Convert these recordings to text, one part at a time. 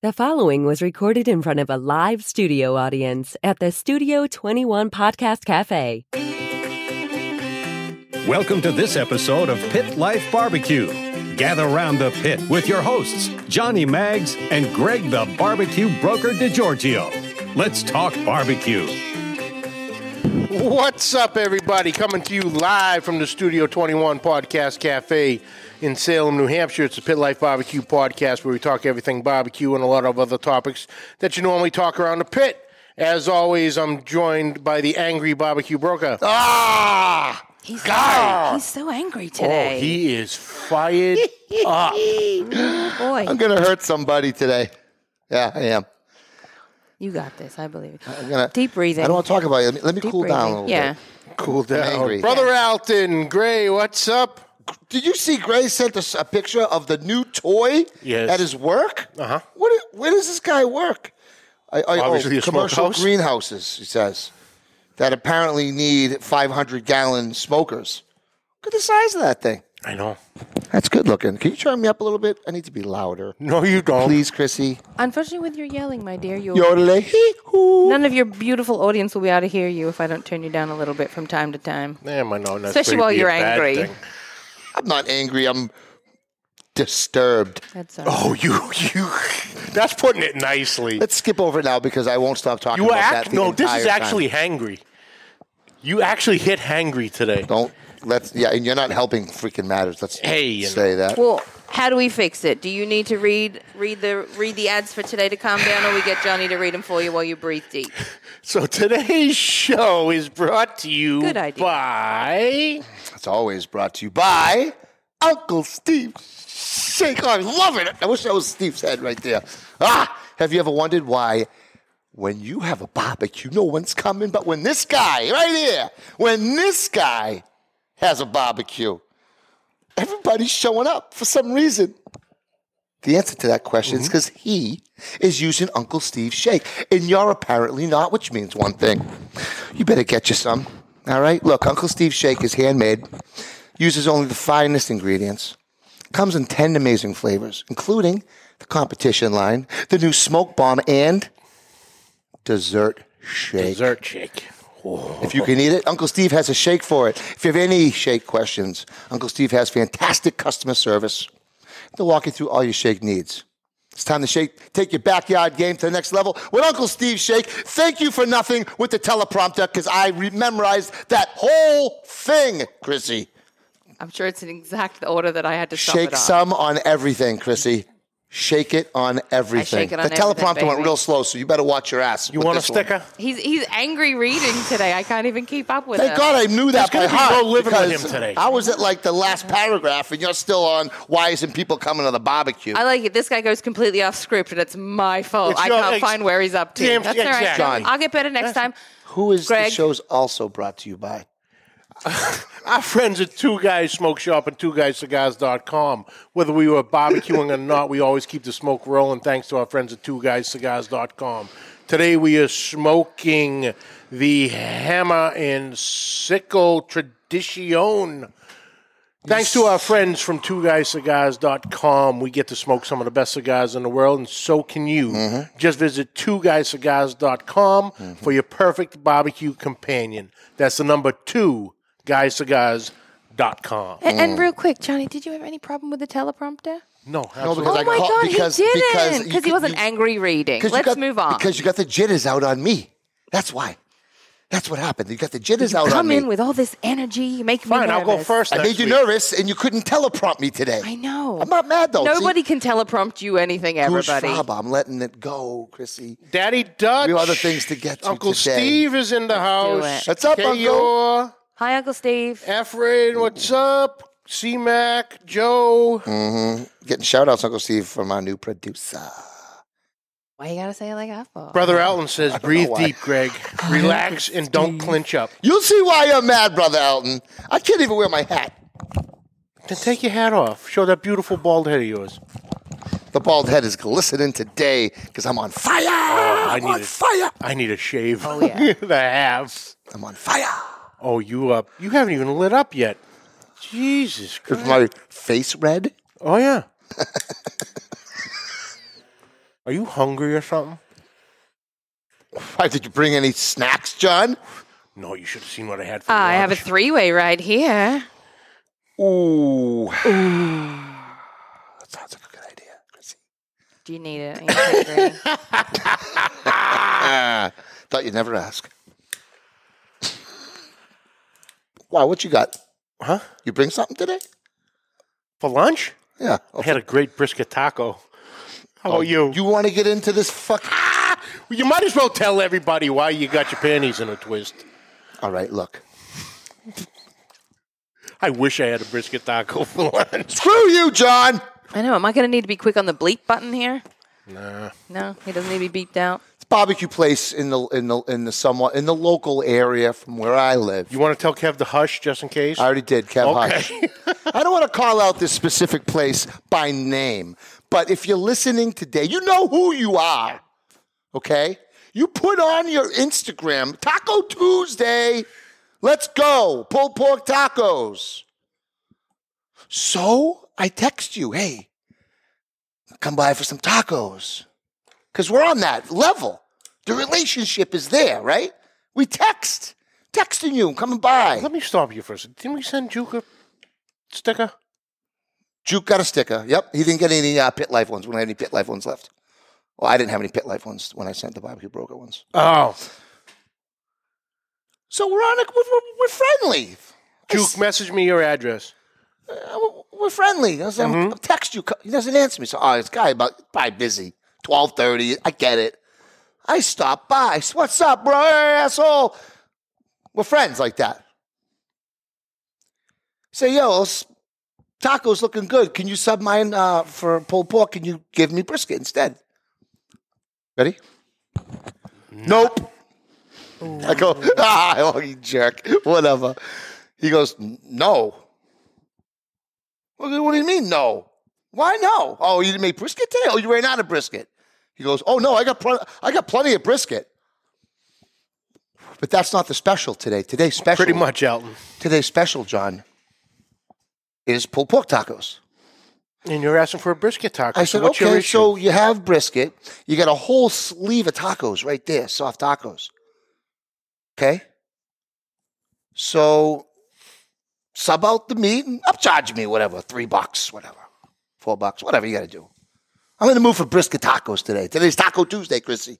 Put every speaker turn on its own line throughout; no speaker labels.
The following was recorded in front of a live studio audience at the Studio 21 Podcast Cafe.
Welcome to this episode of Pit Life Barbecue. Gather round the pit with your hosts, Johnny Maggs and Greg the Barbecue Broker DiGiorgio. Let's talk barbecue.
What's up, everybody? Coming to you live from the Studio 21 Podcast Cafe in Salem, New Hampshire. It's the Pit Life Barbecue Podcast where we talk everything barbecue and a lot of other topics that you normally talk around the pit. As always, I'm joined by the angry barbecue broker.
Oh,
Ah!
He's
God!
So, he's so angry
Oh,
today.
he is fired.
Boy,
I'm gonna hurt somebody today. Yeah, I am.
you got this. I believe. you.
I'm gonna
Deep breathing.
I don't want to talk about it. Let me, let me
Deep
cool down a
breathing.
little
Yeah.
bit.
cool down.
angry.
Oh, Brother Alton, Gray, what's up?
Did you see Gray sent us a picture of the new toy
Yes.
at his work? Uh-huh. What, i- where does this guy work? I, I, oh,
Obviously a
commercial
smokehouse.
greenhouses, he says, that apparently need 500 gallon smokers. Look at the size of that thing.
I know.
That's good looking. Can you turn me up a little bit? I need to be louder.
No, you don't.
Please, Chrissy.
Unfortunately, with your yelling, my dear, you
Yodelay. Hee-hoo.
none of your beautiful audience will be able to hear you if I don't turn you down a little bit from time to time.
Yeah, I know. That's
Especially
gonna
while
be a
you're
bad
angry.
thing.
I'm not angry. I'm disturbed.
That's all.
Oh, you, you. That's putting it nicely.
Let's skip over it now because I won't stop talking
You
about
act
that. the
no. This is
entire time.
actually hangry. You actually hit hangry today.
don't let's yeah, and you're not helping freaking matters. Let's
Hey, you
say that.
Well, how do we fix it? Do you need to read read the read the ads for today to calm down, or we get Johnny to read them for you while you breathe deep?
So today's show is brought to you
Good idea.
by
It's always brought to you by Uncle Steve. Shake Oh, I love it. I wish that was Steve's head right there. Ah, have you ever wondered why? When you have a barbecue, no one's coming. But when this guy right here, when this guy has a barbecue, everybody's showing up for some reason. The answer to that question is because he is using Uncle Steve's shake, and you're apparently not, which means one thing. You better get you some. All right? Look, Uncle Steve's shake is handmade, uses only the finest ingredients, comes in 10 amazing flavors, including the competition line, the new smoke bomb, and dessert shake.
dessert shake.
If you can eat it, Uncle Steve has a shake for it. If you have any shake questions, Uncle Steve has fantastic customer service. They'll walk you through all your shake needs. It's time to shake, take your backyard game to the next level with Uncle Steve's Shake. Thank you for nothing with the teleprompter because I re- memorized that whole thing, Chrissy.
I'm sure it's in exact order that I had to stop
Shake
it on.
some on everything, Chrissy. Shake it on everything.
it on
the
everything,
teleprompter went
baby.
real slow, so you better watch your ass.
You want a sticker?
He's he's angry reading today. I can't even keep up with
Thank
him.
God I knew that by
There's gonna be
heart.
no living with
because
him today.
I was at like the last paragraph, and you're still on. Why isn't people coming to the barbecue?
I like it. This guy goes completely off script, and it's my fault.
It's
I
your
can't
ex-
find where he's up to.
Damn,
That's
yeah,
all right.
exactly.
I'll get better next time.
Who is
Greg?
the show's also brought to you by?
Our friends at Two Guys Smoke Shop and TwoGuysCigars.com. Whether we were barbecuing or not, we always keep the smoke rolling thanks to our friends at TwoGuysCigars.com. Today we are smoking the Hammer and Sickle Tradition. Thanks to our friends from TwoGuysCigars.com, we get to smoke some of the best cigars in the world, and so can you.
Mm-hmm.
Just visit TwoGuysCigars.com for your perfect barbecue companion. That's the number two, guyscigars.com.
And, and real quick, Johnny, did you have any problem with the teleprompter?
No,
No,
absolutely.
because
Oh
I
my
caught-
God,
because,
he
because
didn't.
you
Because he
could-
wasn't
you-
angry reading.
'cause you
Let's
got-
move on.
Because you got the jitters out on me. That's why. That's what happened. You got the jitters out on
Come
me.
in with all this energy. You make me
Fine, I'll go
nervous.
first.
I
next
made you
week.
nervous, and you couldn't teleprompt me today.
I know.
I'm not mad though.
Nobody can teleprompt you anything,
See,
everybody.
Goosh I'm letting it go, Chrissy.
Daddy Dutch.
We have other things to get to
Uncle
today.
Steve is in the house.
it.
What's up, Uncle?
Kayor,
Hi, Uncle Steve.
Eh.
Efrain, what's up? C-Mac, Joe.
Getting shout outs, Uncle Steve, from our new producer.
Why you gotta say it like that for?
Brother Alton says, breathe
why."
deep, Greg. Relax and don't clinch up.
You'll see why you're mad, Brother Elton. I can't even wear my hat.
Then take your hat off. Show that beautiful bald head of yours.
The bald head is glistening today because I'm on fire.
Oh, I
I'm
need
on
it.
fire.
I need a shave.
Oh, yeah.
the half.
I'm on fire.
Oh, you up? you haven't even lit up yet. Jesus Oh,
Is
Christ!
my face red?
Oh yeah. Are you hungry or something?
Why did you bring any snacks, John?
No, you should have seen what I had for
Ah, I have a
lunch.
three-way right here.
Ooh. that sounds like a good idea. Chrissy.
Do you need it? Are you hungry?
Ah, thought you'd never ask. Wow, what you got?
Huh?
You bring something today?
For lunch?
Yeah.
I had a great brisket taco. How about Oh, you?
Oh, You want to get into this fuck?
You might as well tell everybody why you got your panties in a twist.
All right, look.
I wish I had a brisket taco for lunch.
Screw you, John.
I know. Am I going to need to be quick on the bleep button here? Nah. No, he doesn't need to be beeped out.
It's a barbecue place in the in the in the somewhat in the local area from where I live.
You want to tell Kev to hush just in case?
I already did, Kev Hodge.
okay.
I don't want to call out this specific place by name, but if you're listening today, you know who you are. Okay? You put on your Instagram, Taco Tuesday. Let's go. Pulled pork tacos. So I text you, hey, come by for some tacos. Because we're on that level. The relationship is there, right? We text, texting you, coming by.
Let me stop you for a second. Didn't we send Juke a sticker?
Juke got a sticker. Yep. He didn't get any uh, pit life ones. We don't have any pit life ones left. Well, I didn't have any pit life ones when I sent the barbecue broker ones.
Oh.
So we're on a, we're, we're- we're friendly.
Juke, message me your address.
Uh, We're friendly. I was, I'm- I'll text you. He doesn't answer me. So, oh, this guy about probably busy. 1230. I get it. I stop by. I said, What's up, bro? Hey, asshole. We're friends like that. Say, yo, s- tacos looking good. Can you sub mine uh, for pulled pork? Can you give me brisket instead? Ready? Nope. I go, ah, oh, you jerk. Whatever. He goes, no. What do what do you mean, no? Why no? Oh, you didn't make brisket today? Oh, you ran out of brisket. He goes, oh, no, I got, pl- I got plenty of brisket. But that's not the special today. Today's special
Pretty much, Elton.
today's special, John, is pulled pork tacos.
And you're asking for a brisket taco.
I
so
said,
what's your
okay,
issue?
so you have brisket. You got a whole sleeve of tacos right there, soft tacos. Okay? So sub out the meat and upcharge me, whatever, three bucks, whatever, four bucks, whatever you got to do. I'm in the mood for brisket tacos today. Today's Taco Tuesday, Chrissy.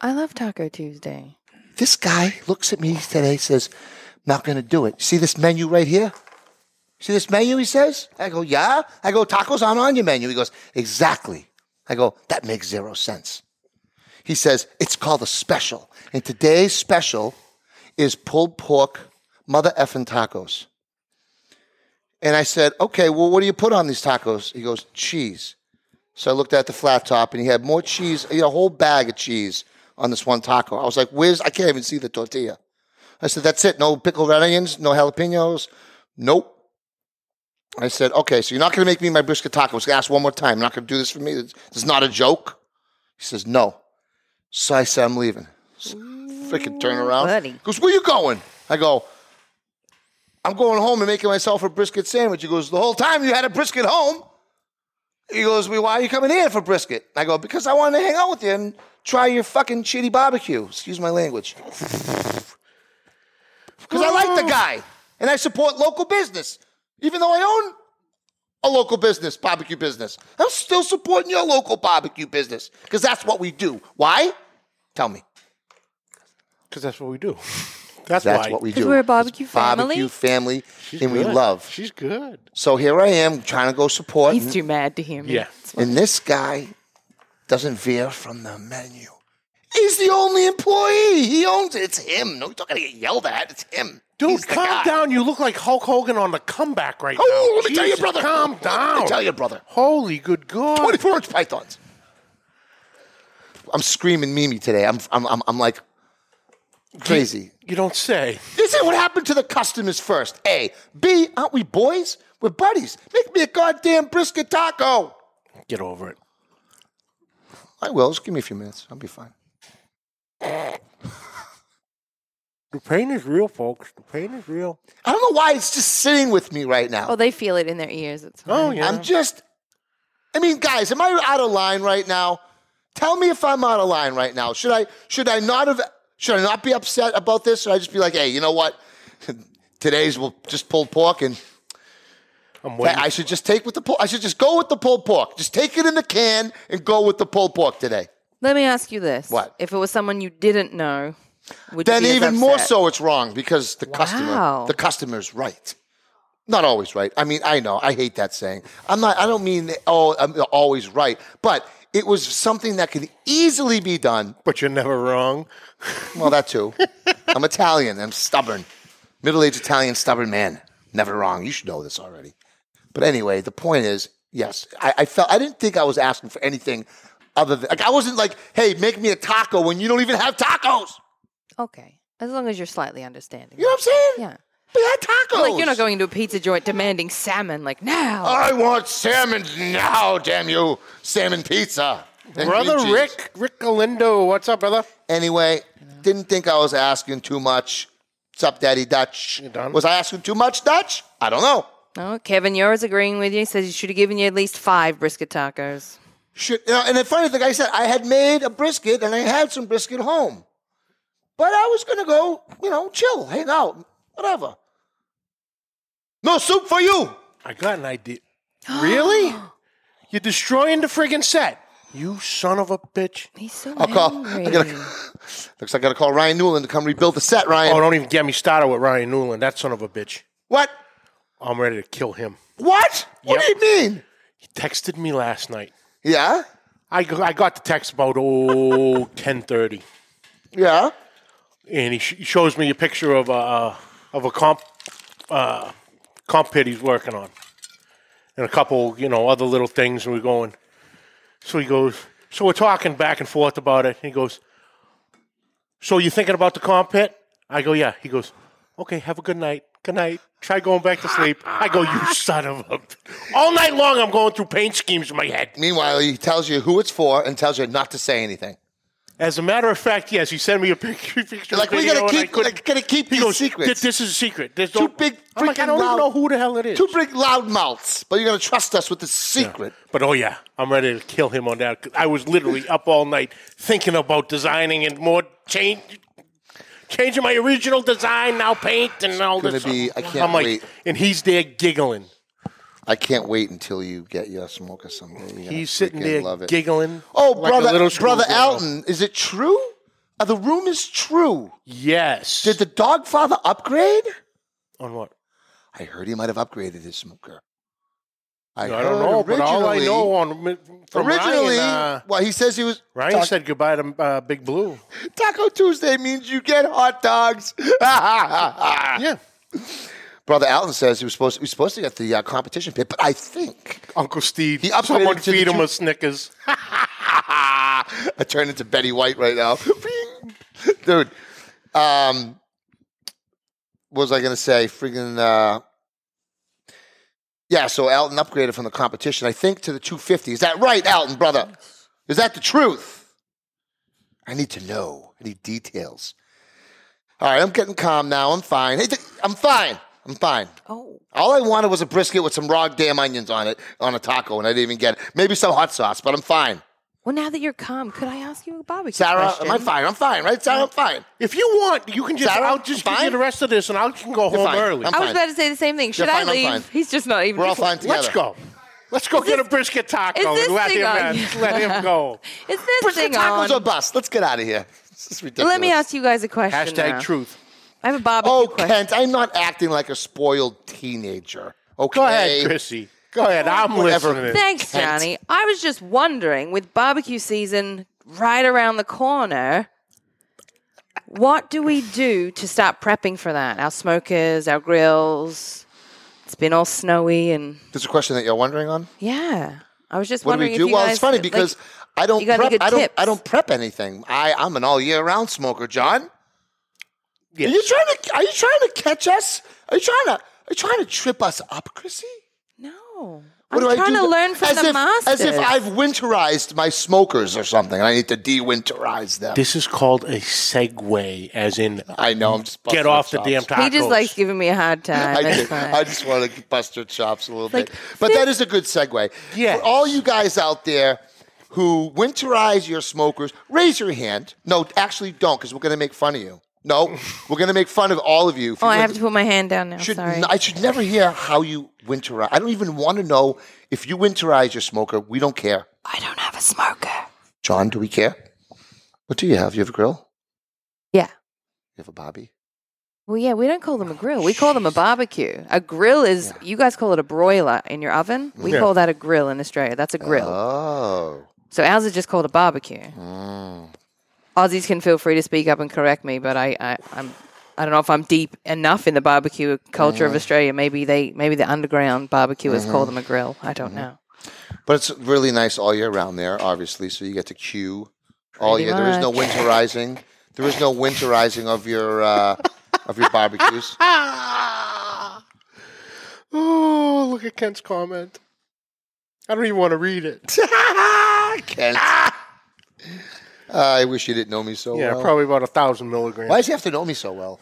I love Taco Tuesday.
This guy looks at me today, says, not going to do it. See this menu right here? See this menu, he says? I go, yeah. I go, tacos aren't on your menu. He goes, exactly. I go, that makes zero sense. He says, it's called a special. And today's special is pulled pork mother effing tacos. And I said, okay, well, what do you put on these tacos? He goes, cheese. So I looked at the flat top, and he had more cheese, he had a whole bag of cheese on this one taco. I was like, "Where's? I can't even see the tortilla." I said, "That's it. No pickled red onions, no jalapenos, nope." I said, "Okay, so you're not going to make me my brisket taco." I was going to ask one more time. You're not going to do this for me. This this is not a joke. He says, "No." So I said, "I'm leaving." So Freaking turn around.
buddy.
He goes, "Where you going?" I go. I'm going home and making myself a brisket sandwich. He goes, The whole time you had a brisket home. He goes, well, why are you coming here for brisket? I go, because I wanted to hang out with you and try your fucking shitty barbecue. Excuse my language. Because I like the guy and I support local business. Even though I own a local business, barbecue business, I'm still supporting your local barbecue business because that's what we do. Why? Tell me.
Because that's what we do. That's,
That's
why.
what we do.
Because we're a barbecue
Barbecue
family.
family,
She's
and we
good.
love.
She's good.
So here I am trying to go support.
He's
and-
too mad to hear me.
Yeah.
And this guy doesn't veer from the menu. He's the only employee. He owns it. It's him. No, you're not going to get yelled at. It's him. He's
Dude,
the
calm
guy.
down. You look like Hulk Hogan on the comeback right
Oh,
now.
let me tell you,
Jesus,
brother.
Calm down.
Let me tell you, brother.
Holy good God.
24 inch pythons. I'm screaming Mimi today. I'm, I'm, I'm, I'm like crazy.
You don't say.
This is what happened to the customers first. A. B. Aren't we boys? We're buddies. Make me a goddamn brisket taco.
Get over it.
I will. Just give me a few minutes. I'll be fine.
The pain is real, folks. The pain is real.
I don't know why it's just sitting with me right now.
Oh, they feel it in their ears. It's
Oh, yeah.
I'm just. I mean, guys, am I out of line right now? Tell me if I'm out of line right now. Should I should I not have should I not be upset about this? Should I just be like, hey, you know what? Today's we'll just pulled pork and
I'm
I
waiting.
I should just take with the pull. I should just go with the pulled pork. Just take it in the can and go with the pulled pork today.
Let me ask you this.
What?
If it was someone you didn't know, would
Then
you be as
even more
upset?
so, it's wrong because the
Wow.
customer, the customer's right. Not always right. I mean, I know. I hate that saying. I'm not. I don't mean oh, I'm always right, but it was something that could easily be done.
but you're never wrong.
Well, that too. I'm Italian. I'm stubborn. Middle aged Italian, stubborn man. Never wrong. You should know this already. But anyway, the point is yes, I, I felt, I didn't think I was asking for anything other than, like, I wasn't like, hey, make me a taco when you don't even have tacos.
Okay. As long as you're slightly understanding.
You know what I'm saying?
Yeah.
But I had tacos.
Like you're not going to a pizza joint demanding salmon like now.
I want salmon now, damn you. Salmon pizza. And
Brother
green cheese.
Rick, Rick Galindo, what's up, brother?
Anyway, didn't think I was asking too much. What's up, Daddy Dutch?
done?
Was I asking too much, Dutch? I don't know.
No, Oh, Kevin Yora's agreeing with you. Says you should have given you at least five brisket tacos.
Should, you know, and the funny thing, I said I had made a brisket and I had some brisket home, but I was gonna go, you know, chill, hang out, whatever. No soup for you.
I got an idea. really? You're destroying the friggin' set. You son of a bitch.
He's so
I'll call.
angry.
I gotta, looks like I gotta call Ryan Newland to come rebuild the set. Ryan,
Oh, don't even get me started with Ryan Newland. That son of a bitch.
what?
I'm ready to kill him.
What? What
Yep.
do you mean?
He texted me last night.
Yeah,
I, g- I got the text about oh 10:30,
yeah.
and he, sh- he shows me a picture of a uh, of a comp uh, comp pit he's working on, and a couple you know other little things, and we're going. So he goes. So we're talking back and forth about it. And he goes. So you thinking about the comp pit? I go, yeah. He goes, okay. Have a good night. Good night. Try going back to sleep. I go, you son of a. All night long, I'm going through paint schemes in my head.
Meanwhile, he tells you who it's for and tells you not to say anything.
As a matter of fact, yes, he sent me a picture. picture
Like, we
video,
gotta
and I
keep-
couldn't-
like, gotta keep
He
these
goes,
secrets.
"Th- This is a secret. There's
Two
no-
big
I'm like, I
freaking
don't even
loud-
know who the hell it is.
Two big loud mouths, but you're gonna trust us with the secret.
But oh yeah, I'm ready to kill him on that. 'cause I was literally up all night thinking about designing and more change. Changing my original design now, paint and all
gonna
this.
be- I can't
am like,
wait.
and he's there giggling.
I can't wait until you get your smoker someday. You're gonna
He's sitting
freaking
there
love it.
giggling.
Oh,
like a
brother,
little
brother
schoolgirl.
Elton, is it true? Uh, the room is true.
Yes.
Did the dog father upgrade?
on what?
I heard he might have upgraded his smoker. I,
I don't know, but all I
originally-
know on from
originally,
Ryan, uh,
well, he says he was.
Ryan
Taco-
said goodbye to uh, Big Blue.
Taco Tuesday means you get hot dogs.
Yeah.
Brother Alton says he was supposed he was supposed to get the uh, competition pit, but I think
Uncle Steve.
He upgraded
someone
it to the
feed him
two-
a Snickers.
I turn into Betty White right now. Bing. Dude. Um what was I gonna say? Friggin' uh Yeah, so Alton upgraded from the competition, I think, to the two fifty. Is that right, Alton, brother? Is that the truth? I need to know. I need details. All right, I'm getting calm now. I'm fine. Hey, th- I'm fine. I'm fine.
Oh,
All I wanted was a brisket with some raw damn onions on it on a taco, and I didn't even get it. Maybe some hot sauce, but I'm fine.
well, now that you're calm, could I ask you a barbecue
Sarah,
question?
am I fine? I'm fine, right? Sarah, I'm fine.
If you want, you can just.
Sarah,
I'll just
I'm
give you
fine.
the rest of this, and I can go home
fine.
early.
I'm
I
fine.
was about to say the same thing. Should
fine,
I
I'm
leave?
fine.
He's just not even.
We're all fine together.
Let's go. Let's go get a brisket taco
is this
and let
thing
him,
on?
uh, let him go.
Is this
Brisket
thing
tacos
on?
are bust. Let's get out of here. This is ridiculous.
Let me ask you guys a question.
Hashtag
now.
truth.
I have a barbecue
Oh,
question.
Kent, I'm not acting like a spoiled teenager. Okay.
Go ahead, Chrissy. Go ahead. I'm
Whatever.
listening.
Thanks,
Kent.
Johnny. I was just wondering, with barbecue season right around the corner, what do we do to start prepping for that? Our smokers, our grills. It's been all snowy and
There's a question that you're wondering on.
yeah. I was just
What do
wondering
we do?
if you
Well,
guys
it's funny
like,
because I don't
you got any
prep.
good
I don't.
tips?
I don't prep anything. I, I'm an all year round smoker, John.
Yes.
Are you trying to? Are you trying to catch us? Are you trying to? Are you trying to trip us up, Chrissy?
no.
What
I'm
do
trying
I do
to learn from
as
the
if,
masters.
As if I've winterized my smokers or something. and I need to de-winterize them.
This is called a segue, as in
I know. I'm just busting
get off the
chops.
damn tacos.
he just likes giving me a hard time.
I,
That's
do.
fine.
I just want to bust their chops a little
Like,
bit. But that is a good segue.
Yes.
For all you guys out there who winterize your smokers, raise your hand. No, actually don't, because we're going to make fun of you. No, we're going to make fun of all of you. If
Oh,
you
I
win-
have to put my hand down now.
should
Sorry.
n- I should never hear how you winterize. I don't even want to know if you winterize your smoker. We don't care.
I don't have a smoker.
John, do we care? What do you have? You have a grill?
Yeah.
You have a bobby?
Well, yeah, we don't call them a grill. We call them a barbecue. A grill is, you guys call it a broiler in your oven. We
Yeah.
call that a grill in Australia. That's a grill.
Oh.
so ours is just called a barbecue.
Mm.
Aussies can feel free to speak up and correct me, but I, I, I'm, I don't know if I'm deep enough in the barbecue culture
Mm-hmm.
of Australia. Maybe they, maybe the underground barbecuers call them a grill. I
Mm-hmm.
don't know.
But it's really nice all year round there, obviously. So you get to queue all
Pretty
year. There is no
much.
winterizing. There is no winterizing of your uh, of your barbecues.
Ah! Oh, look at Kent's comment. I don't even want to read it.
Kent. Ah, I wish you didn't know me so
Yeah,
well.
probably about a thousand milligrams.
Why does he have to know me so well?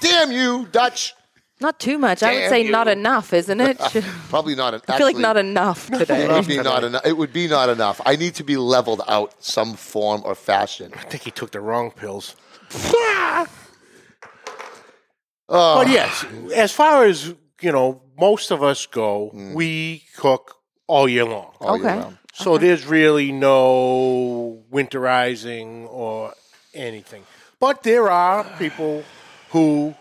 Damn you, Dutch.
Not too much. I would
Damn
say
you.
not enough, isn't it? I feel
Probably not. An,
like not enough today.
It would be not enough. It would be not enough. I need to be leveled out some form or fashion.
I think he took the wrong pills.
Oh,
But yes, as far as you know, most of us go.
Mm.
We cook all year long,
all year
Okay.
round.
so there's really no winterizing or anything. But there are people who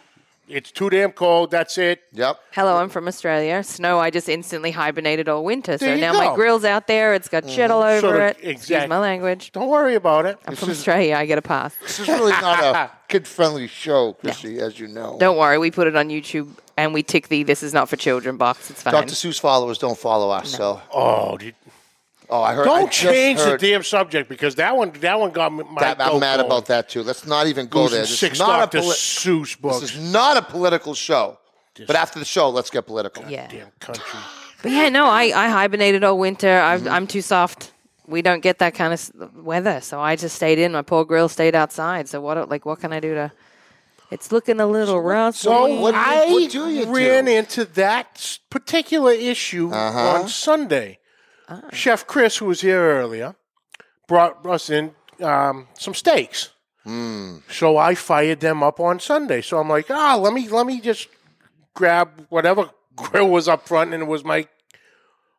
it's too damn cold. That's it.
Yep.
Hello, I'm from Australia. Snow, I just instantly hibernated all winter.
There
So
you
now
go. Mm-hmm.
my grill's out there. It's got shit all over
Sort of
it.
exact-
Excuse my language.
Don't worry about it.
I'm from Australia. I get a pass.
This is really not a kid-friendly show, Chrissy, as you know.
Don't worry. We put it on YouTube and we tick the "This is not for children" box. It's fine.
Dr. Seuss followers don't follow us. So,
Oh, did-
oh, I heard. I
don't
just
change the
heard-
damn subject because that one that one got me. My
that- I'm
goat
mad
going.
about that too. Let's not even go
Losing
there. This
six
is not
Dr.
a poli-
Seuss books.
This is not a political show. But after the show, let's get political.
yeah.
damn country.
But yeah, no, I, I hibernated all winter. I've,
Mm-hmm.
I'm too soft. We don't get that kind of s- weather, so I just stayed in. My poor grill stayed outside. So what? Like, what can I do to? It's looking a little rough.
so what-
I
what do you
ran
do?
into that s- particular issue
Uh-huh.
on Sunday. Chef Chris, who was here earlier, brought us in um, some steaks.
Hmm.
So I fired them up on Sunday. So I'm like, ah, let me let me just grab whatever grill was up front, and it was my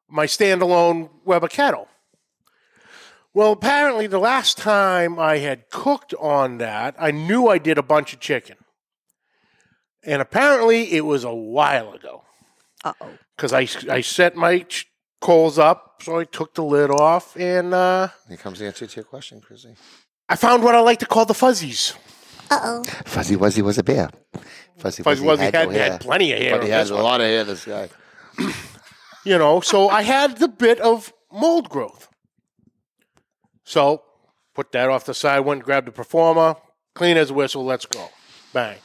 my standalone Weber kettle. Well, apparently the last time I had cooked on that, I knew I did a bunch of chicken. And apparently it was a while ago.
Uh oh.
Because I, I set my ch- coals up, so I took the lid off, and uh,
Here comes the answer to your question, Chrissy.
I found what I like to call the fuzzies.
Fuzzy Wuzzy was a bear. Fuzzy
Fuzzy Wuzzy had,
no
had,
hair.
plenty of hair.
But he
on
had
this
a
one,
lot of hair, this guy.
You know, so I had the bit of mold growth. So put that off the side, went, grabbed the performer, clean as a whistle, let's go. Bang.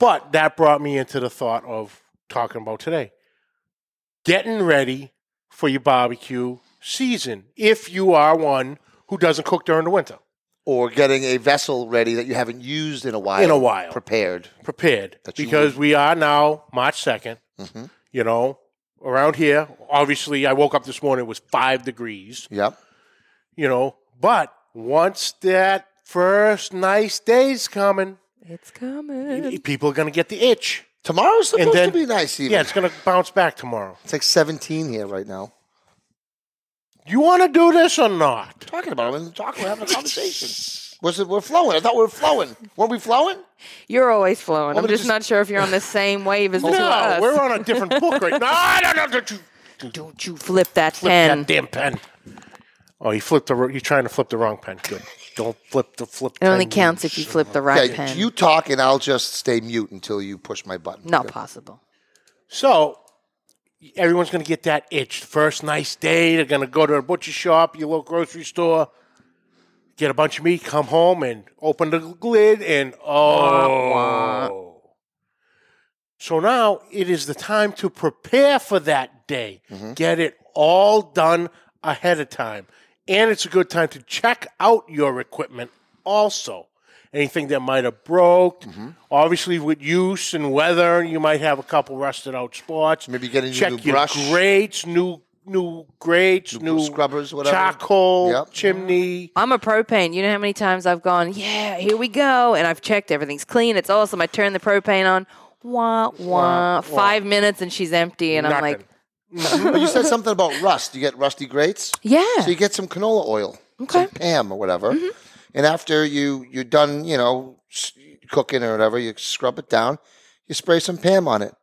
But that brought me into the thought of talking about today. Getting ready for your barbecue season if you are one who doesn't cook during the winter.
Or getting a vessel ready that you haven't used in a while.
In a while.
Prepared.
Prepared.
That you Mm-hmm.
Because we are now March 2nd, you know, around here. Obviously, I woke up this morning, it was five degrees.
Yep.
you know. But once that first nice day's coming,
It's coming.
people are gonna get the itch.
Tomorrow's supposed
And then-
to be nice, even.
Yeah, it's gonna bounce back tomorrow.
It's like 17 here right now.
You want to do this or not?
Talking about it. We're talking. We're having a conversation. Was it? We're flowing. I thought we were flowing. Weren't we flowing?
You're always flowing.
Well,
I'm
but
just,
just-
not sure if you're on the same wave as the two of
No,
us.
we're on a different book right now. No, I don't know. Don't you
Don't you flip that
flip
pen.
that damn pen? Oh, he flipped the. wr- You're trying to flip the wrong pen. Good. Don't flip the flip.
It only
pen.
counts if you flip the right
Okay,
pen.
you talk and I'll just stay mute until you push my button.
not possible.
So everyone's going to get that itch. First nice day, they're going to go to a butcher shop, your local grocery store, get a bunch of meat, come home and open the lid, and oh. So now it is the time to prepare for that day.
Mm-hmm.
Get it all done ahead of time. And it's a good time to check out your equipment also. Anything that might have broke.
Mm-hmm.
Obviously, with use and weather, you might have a couple rusted out spots.
Maybe get a new-
Check
new
your
brush.
grates, new new grates, new,
scrubbers, whatever.
charcoal,
Yep.
chimney.
I'm a propane. You know how many times I've gone, yeah, here we go. And I've checked, everything's clean, it's awesome. I turn the propane on, wah, wah, five minutes and she's empty. And I'm like,
Nothing.
But you said something about rust. You get rusty grates.
yeah.
So you get some canola oil,
Okay. Mm-hmm.
some Pam or whatever, and after you you're done, you know, s- cooking or whatever, you scrub it down. You spray some Pam on it.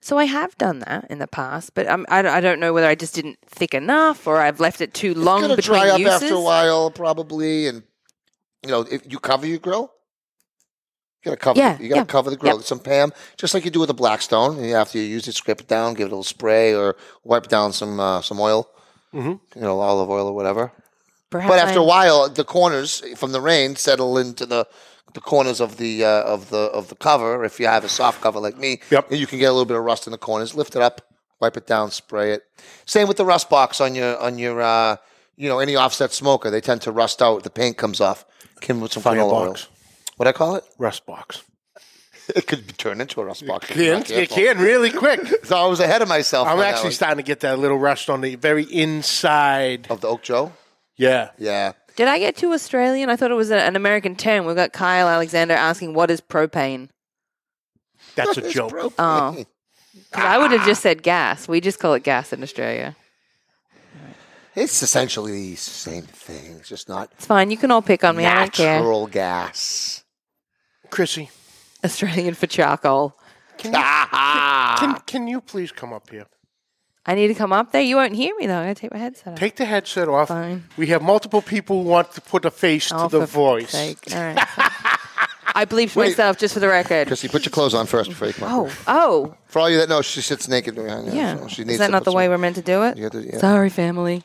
So I have done that in the past, but um, I, I don't know whether I just didn't thick enough or I've left it too long
It's gonna
between
dry up
uses.
after a while, probably, and you know, if you cover your grill. You gotta cover.
Yeah,
you gotta
yeah,
cover the grill.
yeah.
Some Pam, just like you do with the Blackstone. You- After you use it, scrape it down, give it a little spray, or wipe down some uh, some oil, you know, olive oil or whatever.
Perhaps
But after a
I-
while, the corners from the rain settle into the the corners of the uh, of the of the cover. If you have a soft cover like me,
Yep.
and you can get a little bit of rust in the corners. Lift it up, wipe it down, spray it. Same with the rust box on your on your uh, you know any offset smoker. They tend to rust out. The paint comes off. Kim with some canola oil.
Firebox.
What I call it?
Rust box.
It could be turned into a rust box. if you're
Can,
not
you
careful.
can really quick.
So I was ahead of myself.
I'm
on that
actually
one.
starting to get that little rust on the very inside.
of the Oak Joe.
Yeah.
Yeah.
Did I get too Australian? I thought it was a- an American term. We've got Kyle Alexander asking, what is propane?
That's a joke.
Bro.
Oh. 'Cause I would have just said gas. We just call it gas in Australia.
It's essentially the same thing. It's just not
It's fine. You can all pick on me. I don't care.
natural gas.
Chrissy,
Australian for charcoal.
Ah.
can, can you please come up here?
I need to come up there. You won't hear me, though. I'm going to take my headset off.
Take the headset off.
Uh, Fine.
We have multiple people who want to put a face
Oh,
to the
for
voice.
sake. All right. I bleeped myself just for the record.
Chrissy, put your clothes on first before you come.
Oh,
Oh.
oh,
For all you that know, she sits naked behind you.
yeah.
so she needs
Is that
to
not
put
the way
some-
we're meant to do it?
You gotta- yeah.
Sorry, family.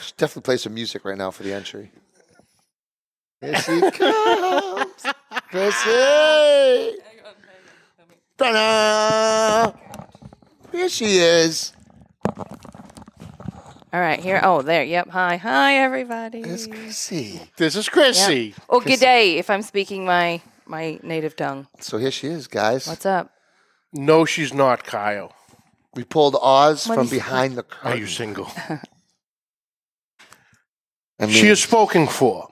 She definitely play some music right now for the entry. Here she comes. Chrissy. Ta-da! Here she is.
All right, here. Oh, there. Yep. Hi, hi, everybody.
It's Chrissy.
This is Chrissy.
Or g'day, if I'm speaking my my native tongue.
So here she is, guys.
What's up?
No, she's not, Kyle. Uh,
We pulled Oz
What
from
is that?
behind the
Are
curtain.
you single?
I mean,
she is spoken for.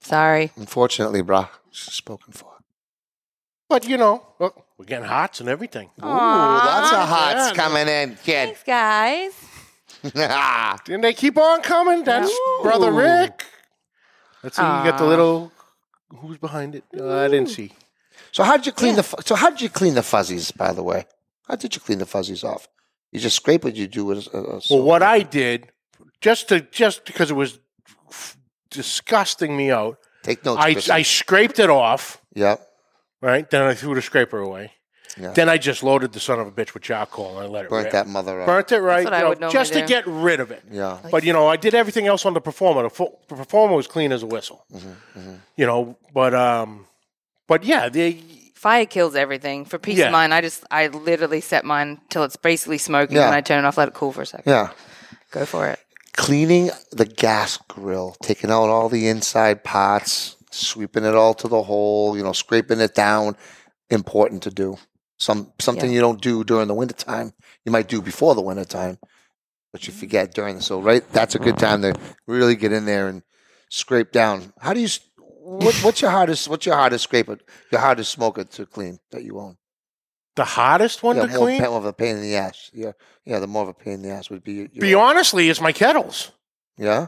Sorry.
unfortunately, brah, she's spoken for.
But, you know, look, we're getting hearts and everything.
Ooh, lots of
Yeah.
hots coming in, kid.
Thanks, guys.
And they keep on coming. That's Brother Rick. Ah. Let's see. You got the little. Who's behind it? Uh, I didn't see.
So how would you clean the the so how would you clean the fuzzies? By the way, how did you clean the fuzzies off? You just scrape it. You do with a, a
Well,
soap.
what I did, just to just because it was f- disgusting me out,
Take notes.
I,
Chrissy.
I scraped it off.
yep.
Right then, I threw the scraper away.
Yeah.
Then I just loaded the son of a bitch with charcoal and I let it
Burnt
rip.
that mother up.
Burnt it right,
what I
you know,
would normally
just to
do.
get rid of it.
Yeah.
But you know, I did everything else on the performer. The, fo- the performer was clean as a whistle. You know, but um, but yeah, they
Fire kills everything. For peace
Yeah.
of mind, I just I literally set mine till it's basically smoking,
Yeah.
and I turn it off, let it cool for a second.
Yeah.
Go for it.
Cleaning the gas grill, taking out all the inside parts, sweeping it all to the hole. You know, scraping it down. Important to do. Some something you don't do during the wintertime. You might do before the wintertime, but you
Mm-hmm.
forget during. So right, that's a good time to really get in there and scrape down. How do you? s- What, what's your hardest? What's your hardest scraper? Your hardest smoker to clean that you own?
the hardest one
yeah,
to
more,
clean.
pa- more of a pain in the ass. Yeah, yeah. The more of a pain in the ass would be. Your,
Be honestly, it's my kettles.
Yeah.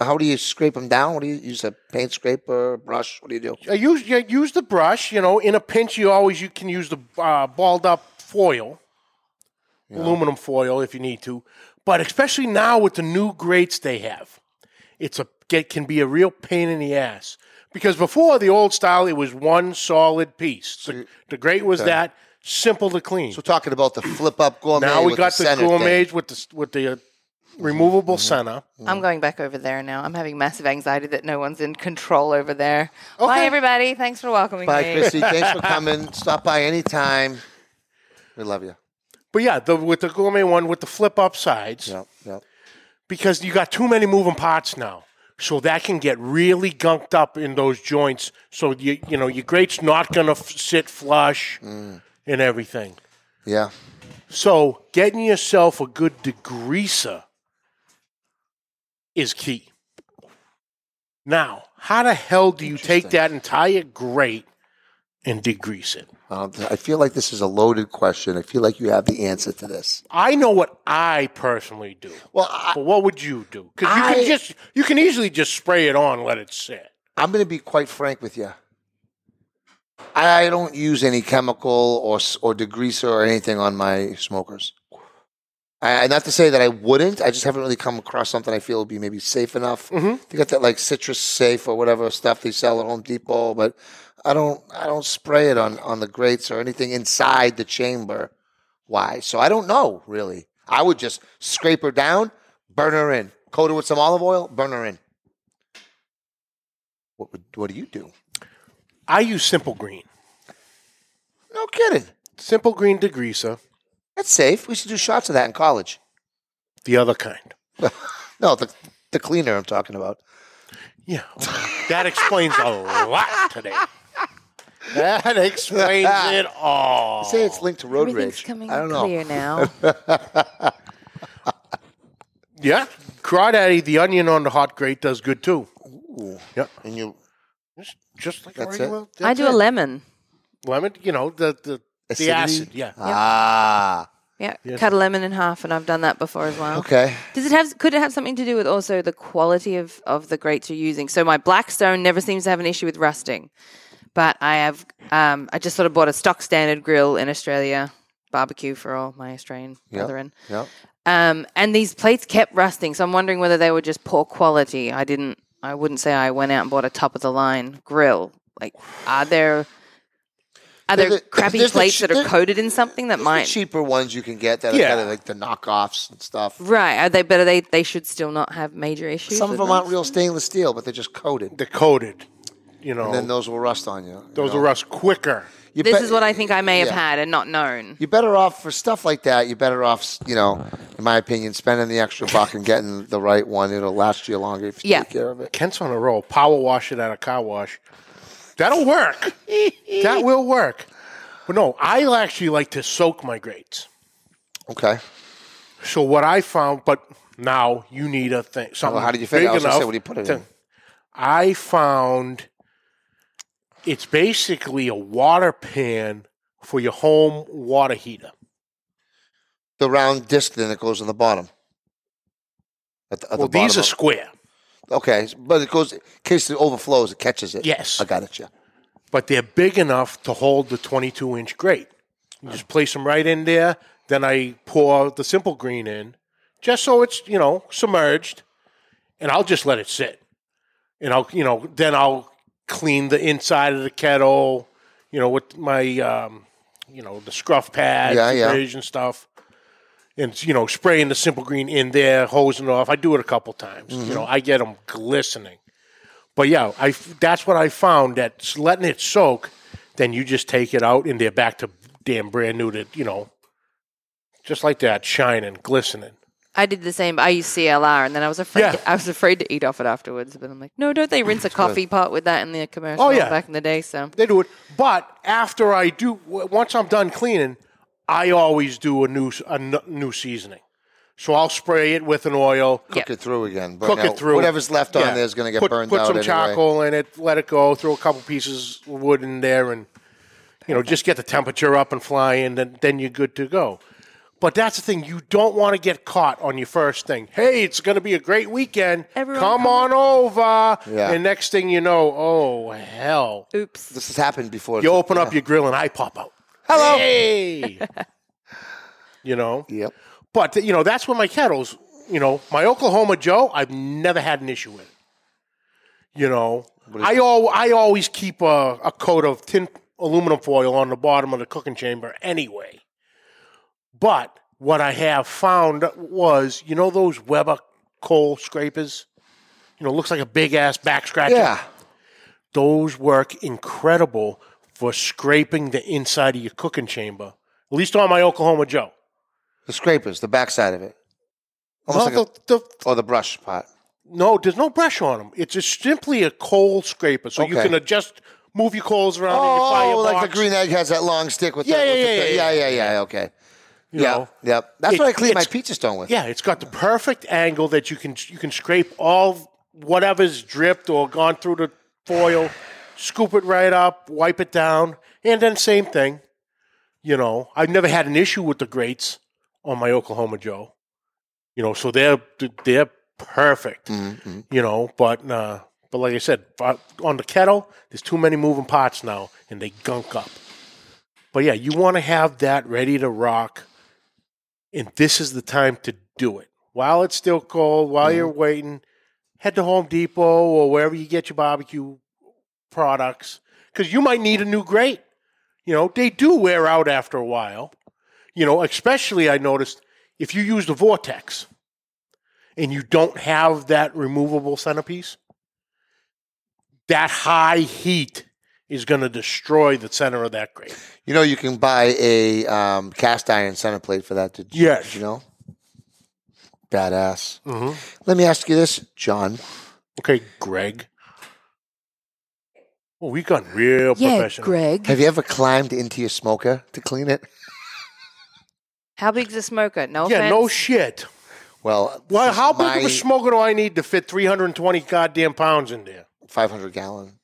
How do you scrape them down? What do you use a paint scraper, brush? What do you do?
I use I use the brush. You know, in a pinch, you always you can use the uh, balled up foil, aluminum foil if you need to. But especially now with the new grates they have, it's a it can be a real pain in the ass because before the old style it was one solid piece. The, the grate was that simple to clean.
So talking about the flip up gourmet.
now we
with
got
the,
the,
center thing. Mm-hmm.
gourmets with the s- with the uh, removable center.
Mm.
I'm going back over there now. I'm having massive anxiety that no one's in control over there. Bye,
Okay.
everybody. Thanks for welcoming
Oh, Bye,
me.
Chrissy. Thanks for coming. Stop by anytime. We love you.
But yeah, the, with the gourmet one with the flip up sides.
Yep, yep.
because you got too many moving parts now. so that can get really gunked up in those joints. So you you know your grate's not gonna f- sit flush and everything.
Yeah.
So getting yourself a good degreaser is key. Now, how the hell do you take that entire grate and degrease it?
Um, I feel like this is a loaded question. I feel like you have the answer to this.
I know what I personally do.
Well, I,
But what would you do? Because you can
I-
just you can easily just spray it on, let it sit.
I'm going to be quite frank with you. I don't use any chemical or s- or degreaser or anything on my smokers. I, not to say that I wouldn't. I just haven't really come across something I feel would be maybe safe enough. They got that like citrus safe or whatever stuff they sell at Home Depot, but I don't I don't spray it on on the grates or anything inside the chamber. Why? So I don't know really. I would just scrape her down, burn her in, coat her with some olive oil, burn her in. What would, what do you do?
I use Simple Green.
No kidding.
Simple Green degreaser,
That's safe. We should do shots of that in college.
the other kind.
No, the the cleaner I'm talking about.
Yeah. That explains a lot today. That explains it all.
Say
Oh.
it's linked to road
Everything's
rage.
coming
I don't know.
clear now.
Yeah. Crawdaddy, the onion on the hot grate does good too. Yeah.
And you
Just, just like
That's
a
it?
regular.
I
that's
do a
it.
lemon.
lemon, you know, the, the, the
Acidity?
acid. Yeah.
ah
Yeah,
Yes.
cut a lemon in half, and I've done that before as well.
okay.
Does it have? Could it have something to do with also the quality of of the grates you're using? So my Blackstone never seems to have an issue with rusting, but I have. Um, I just sort of bought a stock standard grill in Australia, barbecue for all my Australian brethren,
Yeah.
um, and these plates kept rusting. So I'm wondering whether they were just poor quality. I didn't. I wouldn't say I went out and bought a top of the line grill. Like, are there? Are there
There's the-
crappy
there's the
plates
ch-
that are
there-
coated in something that
The
might?
cheaper ones you can get that
Yeah.
are kind of like the knockoffs and stuff.
Right. Are they better? They they should still not have major issues.
Some of
with
them aren't real stainless steel, but they're just coated.
The coated, you know.
And then those will rust on you. you
Oh. those
know.
will rust quicker.
You
This
bet-
is what I think I may have
yeah.
had and not known.
You're better off for stuff like that. You're better off, you know, in my opinion, spending the extra buck and getting the right one. It'll last you longer if you
Yeah.
take care of it.
Kent's on a roll. Power wash it at a car wash. That'll work. that will work. But no, I actually like to soak my grates.
Okay.
So what I found, but now you need a thing. Something
Well, how did you figure?
big
I was gonna
enough
say, what do you put it
to-
in?
I found it's basically a water pan for your home water heater.
The round disc then that goes on the bottom. At the, at the
well, these
bottom
are square,
of- okay, but it goes in case it overflows, it catches it.
Yes.
I got it. Yeah.
but they're big enough to hold the 22 inch grate. You just place them right in there. Then I pour the simple green in, just so it's you know submerged, and I'll just let it sit. And I'll you know then I'll clean the inside of the kettle, you know, with my um, you know the scruff pads,
Yeah, yeah.
sprays and stuff, and you know spraying the simple green in there, hosing it off. I do it a couple times. You
Mm-hmm.
know, I get them glistening. But yeah, I that's what I found that s- letting it soak, then you just take it out and they're back to damn brand new to you know, just like that, shining, glistening.
I did the same. I used CLR, and then I was afraid.
Yeah.
To, I was afraid to eat off it afterwards. But I'm like, no, don't they rinse a coffee pot with that in the commercial
Oh, yeah.
back in the day? So
They do it, but after I do, w- once I'm done cleaning, I always do a new s- a n- new seasoning. So I'll spray it with an oil,
Yeah.
Cook it through again. Burn
cook
out-
it through.
Whatever's left
Yeah.
on there is going to get
put,
burned
Put
out
some
anyway.
charcoal in it, let it go, throw a couple pieces of wood in there, and you know just get the temperature up and flying, then then you're good to go. But that's the thing you don't want to get caught on your first thing. Hey, it's going to be a great weekend.
Everyone
come,
come
on over.
Yeah.
And next thing you know, oh hell!
oops.
This has happened before.
You open up your grill and I pop out.
Hello.
Hey. you know.
Yep.
But you know, that's where my kettles. You know, my Oklahoma Joe, I've never had an issue with. You know, I al- I always keep a, a coat of tin aluminum foil on the bottom of the cooking chamber anyway. But what I have found was, you know, those Weber coal scrapers. You know, looks like a big ass back scratcher
Yeah.
those work incredible for scraping the inside of your cooking chamber. At least on my Oklahoma Joe.
The scrapers, the backside of it,
Well,
almost like
the- the-
a, or the brush pot.
No, there's no brush on them. It's just simply a coal scraper, so you
Okay.
can adjust, move your coals around. and you fire
Oh,
your
like the
box.
green egg has that long stick with
Yeah,
the, with
yeah,
the
yeah,
thing.
yeah,
yeah, yeah, yeah, Okay. yeah,
know?
yep. That's
It-
what I clean my
it's-
pizza stone with.
Yeah, it's got the perfect angle that you can you can scrape all whatever's dripped or gone through the foil, scoop it right up, wipe it down, and then same thing. You know, I've never had an issue with the grates on my Oklahoma Joe. You know, so they're they're perfect. You know, but uh, but like I said, but on the kettle, there's too many moving parts now, and they gunk up. But yeah, you want to have that ready to rock and this is the time to do it while it's still cold while you're waiting head to home depot or wherever you get your barbecue products because you might need a new grate you know they do wear out after a while you know especially i noticed if you use the vortex and you don't have that removable centerpiece that high heat is going to destroy the center of that grate
You know, you can buy a um, cast iron center plate for that. Did you,
Yes.
did you know? Badass. Let me ask you this, John.
Okay, Greg. Well, we got real
Yeah,
professional.
Greg.
Have you ever climbed into your smoker to clean it?
How big's the smoker? No
Yeah,
offense.
no shit.
Well,
Well, how big of
my
a smoker do I need to fit 320 goddamn pounds in there?
500 gallon.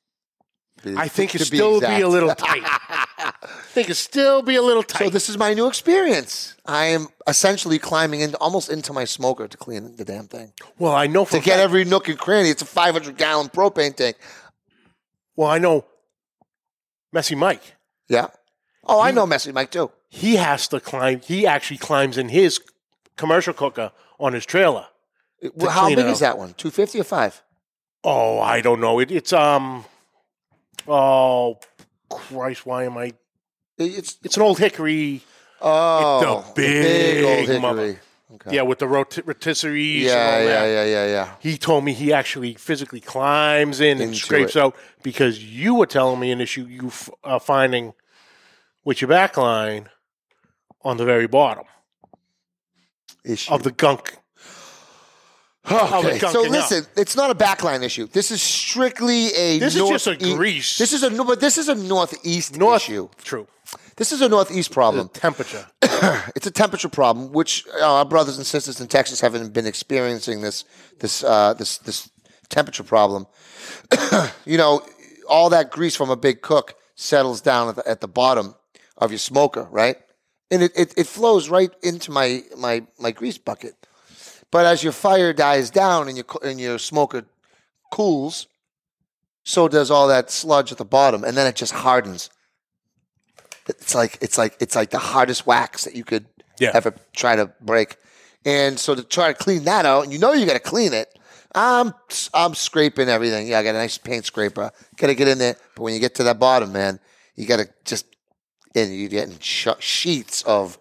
I think
To
it still be,
exact.
a little tight. I think it still be a little tight.
So this is my new experience. I am essentially climbing in almost into my smoker to clean the damn thing.
well, I know for
To
a
get
fact-
every nook and cranny. It's a 500 gallon propane tank.
Well, I know Messy Mike.
Yeah. Oh, I know Messy Mike too.
He has to climb. He actually climbs in his commercial cooker on his trailer.
Well, how
clean
big
it
is that one? 250 or 5?
Oh, I don't know. It, it's um. Oh, Christ! Why am I?
It's
It's an old hickory.
oh,
the big mama.
Okay.
Yeah, with the roti- rotisseries. and
Yeah,
all
yeah,
that.
yeah, yeah, yeah.
He told me he actually physically climbs in and
Into
scrapes
it.
out because you were telling me an issue you f- are finding with your back line on the very bottom
Issue.
of the gunk. of
okay.
the
So
gunking up.
listen, it's not a backline issue. This is strictly a
This is just a
northeast-
grease.
This is a no- but this is a northeast
North,
issue.
True.
This is a northeast problem.
Temperature.
It's a temperature problem, which uh, our brothers and sisters in Texas haven't been experiencing this this uh, this this temperature problem. you know, all that grease from a big cook settles down at the, at the bottom of your smoker, right? And it, it, it flows right into my, my, my grease bucket. But as your fire dies down and your co- and your smoker cools, so does all that sludge at the bottom, and then it just hardens. It's like it's like it's like the hardest wax that you could
Yeah.
ever try to break. And so to try to clean that out, and you know you got to clean it. I'm I'm scraping everything. Yeah, I got a nice paint scraper. Got to get in there, but when you get to that bottom, man, you got to just and you're getting sh- sheets of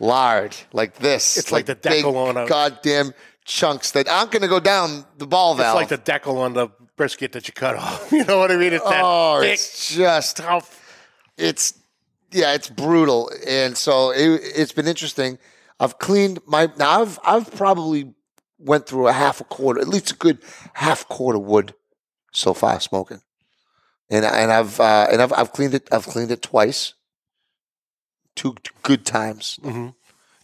lard like this.
It's like the
big
decal on a-
goddamn chunks that aren't going to go down the ball
It's
valve.
like the decal on the brisket that you cut off. You know what I mean? It's that
oh,
thick,
it's just
tough.
it's yeah, it's brutal, and so it, it's been interesting. I've cleaned my now. I've I've probably went through a half a quarter, at least a good half quarter wood so far smoking, and and I've uh, and I've I've cleaned it. I've cleaned it twice, two good times,
Mhm.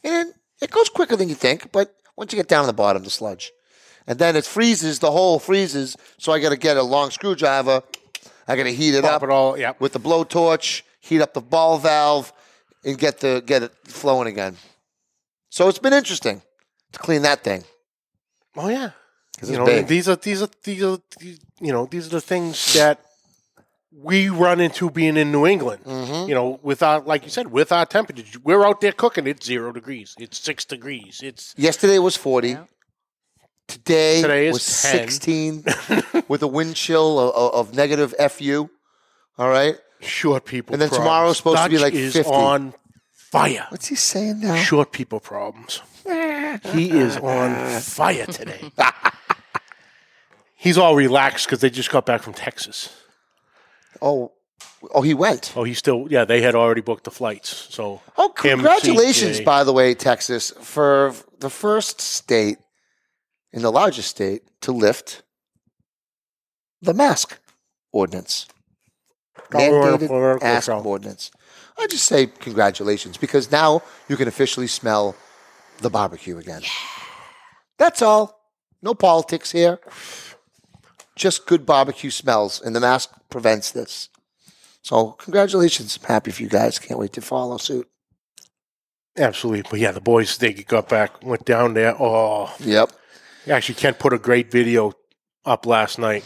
and it goes quicker than you think. But once you get down to the bottom, the sludge, and then it freezes. The hole freezes, so I got to get a long screwdriver. I got to heat it
Pop
up
it all. Yeah.
with the blowtorch, heat up the ball valve, and get the get it flowing again. So it's been interesting to clean that thing.
Oh yeah.
'Cause
you
it's
know,
big.
these are these are these are these, you know these are the things that we run into being in New England.
Mm-hmm.
You know, with our like you said, with our temperatures, we're out there cooking. It's zero degrees. It's six degrees. It's
Yesterday was forty. Today,
Today is
was
10.
sixteen with a wind chill of, of, of negative fu. All right,
short people.
And then
problems.
tomorrow's supposed to be
Dutch
like
is
50.
on fire.
what's he saying now?
Short people problems. He is on fire today. He's all relaxed because they just got back from Texas.
Oh, oh, he went.
Oh, he's still yeah. They had already booked the flights. So
Oh,
him,
congratulations,
CJ.
by the way, Texas, for the first state in the largest state to lift the mask ordinance,
Don't ruin a
mandated
political
mask
show.
ordinance. I just say congratulations because now you can officially smell the barbecue again. That's all. No politics here. Just good barbecue smells, and the mask prevents this. So, congratulations. I'm happy for you guys. Can't wait to follow suit.
Absolutely. But yeah, the boys, they got back, went down there. Oh,
Yep.
actually, Kent put a great video up last night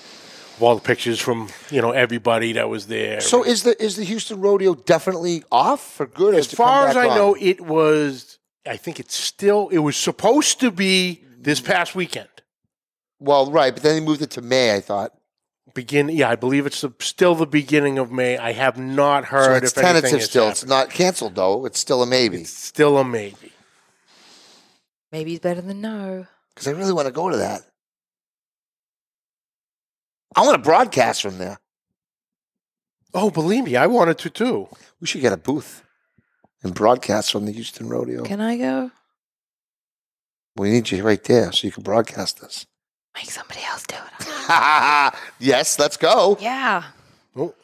of all the pictures from, you know, everybody that was there.
So is the is the Houston rodeo definitely off for good?
as
has to
far
come
as
back
I
on?
know, it was, I think it's still, it was supposed to be this past weekend.
well, right, but then they moved it to May. I thought
Begin, yeah, I believe it's the, still the beginning of May. I have not
so.
heard
It's
if anything
tentative
has
still. It's
happened.
not canceled though. It's still a maybe
It's still a maybe.
Maybe it's better than no.
because I really want to go to that. I want to broadcast from there.
Oh, believe me, I wanted to too.
We should get a booth and broadcast from the Houston rodeo.
Can I go?
we need you right there so you can broadcast this.
Make somebody else do it.
yes, let's go.
Yeah.
Oh,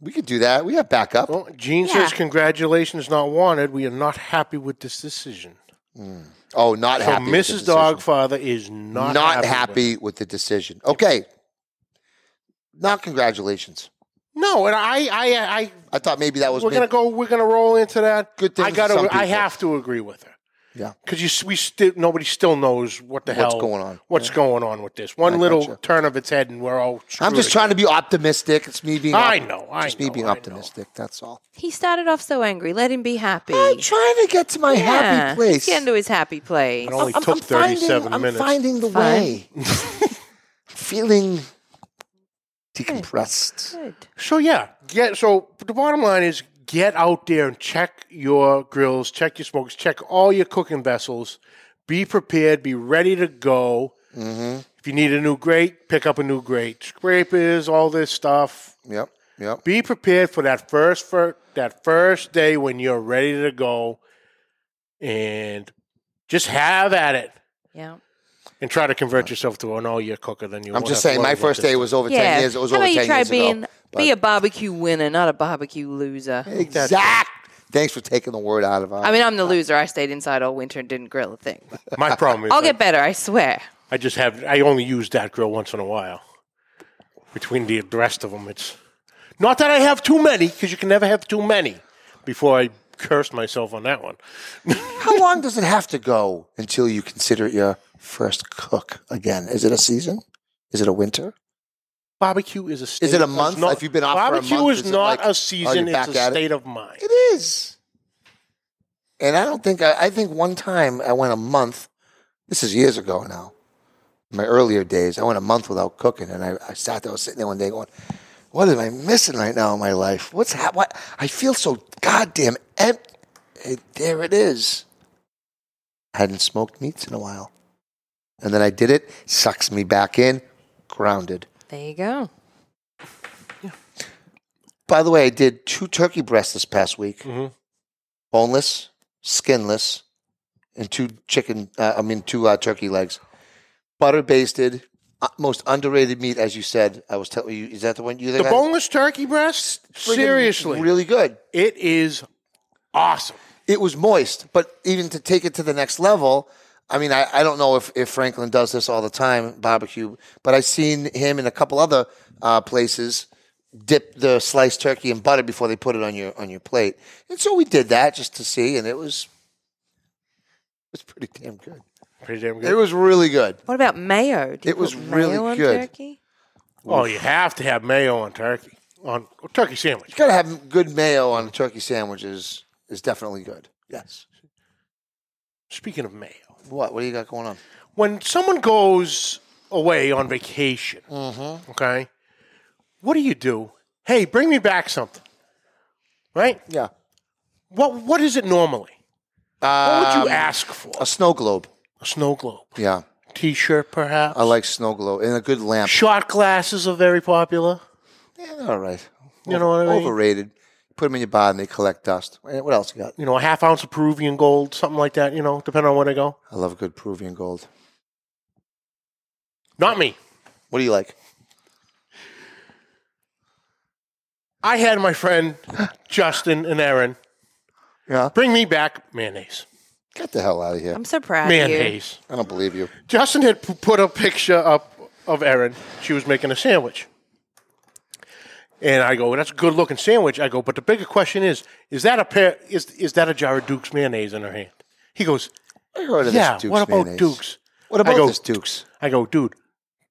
We could do that. We have backup.
oh, Gene
Yeah.
says, Congratulations, not wanted. We are not happy with this decision.
Oh, not
so
happy. with the
Mrs.
decision.
Dogfather is not,
not, happy,
with-
with the decision. Okay. Not congratulations.
No, and I, I, I
I thought maybe that was
we're gonna
maybe-
go. We're gonna roll into that.
Good thing
I
for
gotta.
some
I
people.
have to agree with her.
Yeah.
Because you, s- we still nobody still knows what the
What's
hell
going on.
What's
Yeah.
going on with this? One
I
little
gotcha.
turn of its head, and we're all.
I'm
screwed
just
again.
trying to be optimistic. It's me being
I
op-
know, I
just me
know,
being
I know.
optimistic. That's all.
He started off so angry. Let him be happy.
I'm trying to get to my
Yeah.
happy place.
Let's get into his happy place.
It only
I'm,
took
I'm
37
finding,
minutes.
I'm finding the
Fine.
way. Feeling decompressed.
Oh, Good.
So yeah, get so the bottom line is get out there and check your grills, check your smokes, check all your cooking vessels. Be prepared, be ready to go.
Mm-hmm.
If you need a new grate, pick up a new grate. Scrapers, all this stuff.
Yep. Yep.
Be prepared for that first for that first day when you're ready to go, and just have at it
Yeah.
and try to convert yourself to an all-year cooker. Then you.
I'm
won't
just
have to
saying,
worry
my
about
first
this
day was over
yeah.
10 years. It was
How
over
about
10
you try
years
being
ago.
be
but-
a barbecue winner, not a barbecue loser?
exact. Thanks for taking the word out of our.
I mean, I'm the loser. I stayed inside all winter and didn't grill a thing. but
stuff. My problem is
I'll
I-
get better. I swear.
I just have I only use that grill once in a while. Between the rest of them, it's not that I have too many because you can never have too many. Before I cursed myself on that one,
How long does it have to go until you consider it your first cook again? Is it a season? Is it a winter?
barbecue is a state
it a
of-
month?
Not,
If you've been off for a
barbecue
month,
is,
is it
not
like, oh,
a season;
you're
it's
back
a
at it?
state of mind.
It is. And I don't think, I, I think one time I went a month, this is years ago now, my earlier days, I went a month without cooking. And I, I sat there, I was sitting there one day going, what am I missing right now in my life? What's hap- what? I feel so goddamn empty. And there it is. I hadn't smoked meats in a while. And then I did it, sucks me back in, grounded.
There you go.
By the way, I did two turkey breasts this past week
Mhm.
boneless, skinless, and two chicken, uh, I mean, two uh, turkey legs. Butter basted, uh, most underrated meat, as you said. I was telling you, is that the one you
The
think I-
boneless turkey breast,
Friggin'
seriously,
Really good.
it is awesome.
It was moist, but even to take it to the next level, I mean, I, I don't know if, if Franklin does this all the time, barbecue, but I've seen him in a couple other uh, places dip the sliced turkey in butter before they put it on your on your plate. And so we did that just to see, and it was it was pretty damn good.
Pretty damn
It
good.
was really good.
What about mayo? Do you
It was
put
really
mayo on
good.
Turkey?
Oh, you have to have mayo on turkey on a turkey sandwich.
You gotta have good mayo on a turkey sandwich is is definitely good. Yes.
Speaking of mayo,
What? What do you got going on?
when someone goes away on vacation,
Mm-hmm.
okay, what do you do? Hey, bring me back something, right?
Yeah.
What What is it normally? What would you ask for?
Uh, Um, A snow globe.
A snow globe,
Yeah.
T-shirt, perhaps.
I like snow glow and a good lamp.
Shot glasses are very popular.
Yeah, they're all right.
You know what I mean?
Overrated. Put them in your bar and they collect dust. Eh, What else you got?
You know, a half ounce of Peruvian gold, something like that. You know, depending on where they go.
I love good Peruvian gold.
Not me.
What do you like?
I had my friend Justin and Aaron
Yeah.
bring me back mayonnaise.
Get the hell out of here.
I'm so proud of you.
Mayonnaise.
I don't believe you.
Justin had p- put a picture up of Erin. She was making a sandwich. And I go, that's a good looking sandwich. I go, but the bigger question is, is that a pair is is that a jar of Duke's mayonnaise in her hand? He goes,
I heard of
Yeah,
this Duke's
what about
mayonnaise.
Duke's?
What
I
about
go,
this Duke's?
I go, dude,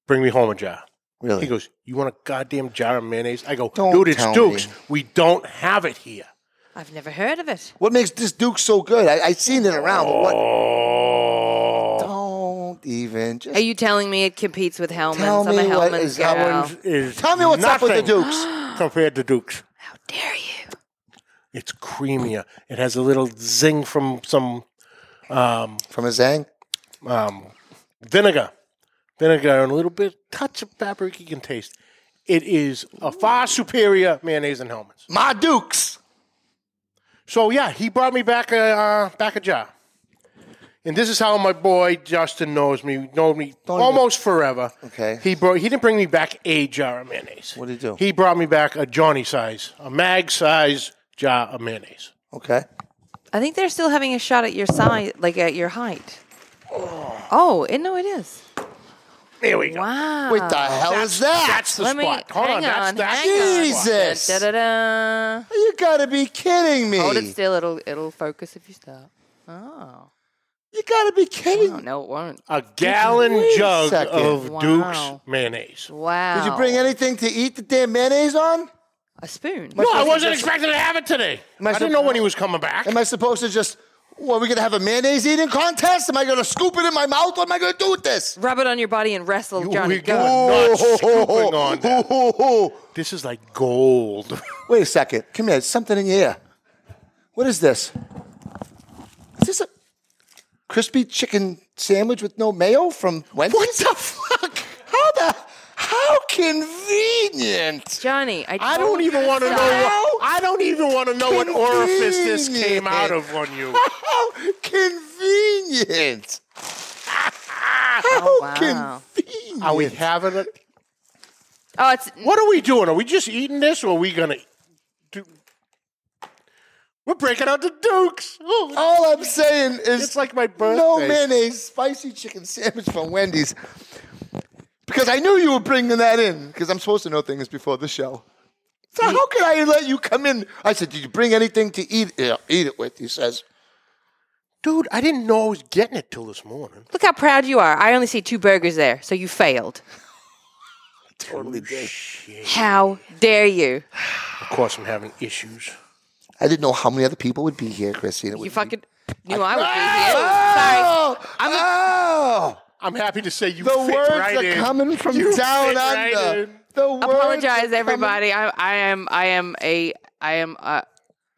bring me home a jar.
Really?
He goes, You want a goddamn jar of mayonnaise? I go,
Don't
dude, it's
tell
Duke's.
me.
We don't have it here.
I've never heard of it.
What makes this Duke so good? I, I seen it around, but what?
Oh.
Don't even. Just
Are you telling me it competes with Hellman's?
Tell
I'm a
me
Hellman's
what is
girl.
Hellman's-
Is
Tell me what's up with the
nothing
Dukes.
compared to Duke's.
How dare you?
It's creamier. It has a little zing from some
from a Zang?
um, vinegar, vinegar, and a little bit touch of fabric. You can taste. It is a far superior mayonnaise than Hellman's.
My Duke's.
So yeah, he brought me back a uh, back a jar, and this is how my boy Justin knows me. Known me
even-
almost forever.
Okay.
He brought. He didn't bring me back a jar of mayonnaise.
What'd he do?
He brought me back a Johnny size, a mag size jar of mayonnaise.
Okay.
I think they're still having a shot at your size, like at your height. Oh, it, no, it is.
There we go.
Wow.
What the hell is that?
That's the
Ah, Let me
spot. Hold
hang
on. That's,
on,
that's
hang
the spot.
on.
Jesus.
Da, da, da.
You gotta be kidding me.
Hold it still. It'll it'll focus if you stop. Oh,
You gotta be kidding
oh
me.
no, it won't.
A gallon
Wait a
jug
second.
of
Wow.
Duke's mayonnaise.
Wow.
Did you bring anything to eat the damn mayonnaise on?
a spoon?
No, I wasn't expecting to have it today. I
sup-
didn't know when he was coming back.
Am I supposed to just, what, are we gonna have a mayonnaise eating contest? Am I gonna scoop it in my mouth? What am I gonna do with this?
Rub it on your body and wrestle, Johnny.
we
Go.
go. Not scooping on that.
Oh, oh, oh.
This is like gold.
Wait a second. Come here. There's something in your ear. What is this? Is this a crispy chicken sandwich with no mayo from Wendy's? What the fuck? How the? How convenient.
Johnny, I,
I don't
told
even
you
want to know.
stop.
What, I don't even want to know what orifice this
Convenient.
came out of on you.
How convenient. How
Oh, wow.
convenient.
Are we having it?
Oh, it's
What are we doing? Are we just eating this, or are we gonna? Do, we're breaking out the Dukes. Oh,
All I'm saying is
It's like my
No
birthday.
mayonnaise, spicy chicken sandwich from Wendy's. Because I knew you were bringing that in. Because I'm supposed to know things before the show. So how could I let you come in? I said, "Did you bring anything to eat? Yeah, eat it with." He says,
dude, I didn't know I was getting it till this morning.
look how proud you are. I only see two burgers there, so you failed.
"Totally did."
How dare you?
Of course, I'm having issues.
I didn't know how many other people would be here, Christine. It would
You
be-
fucking knew I,
Ah!
would
Oh,
I'm a-
oh,
I'm happy to say you
the
fit
words
right
are
in.
coming from
You
down
fit right
under.
in.
the
be
words
here.
are
Apologize,
coming-
everybody. I, I am. I am a. I am a.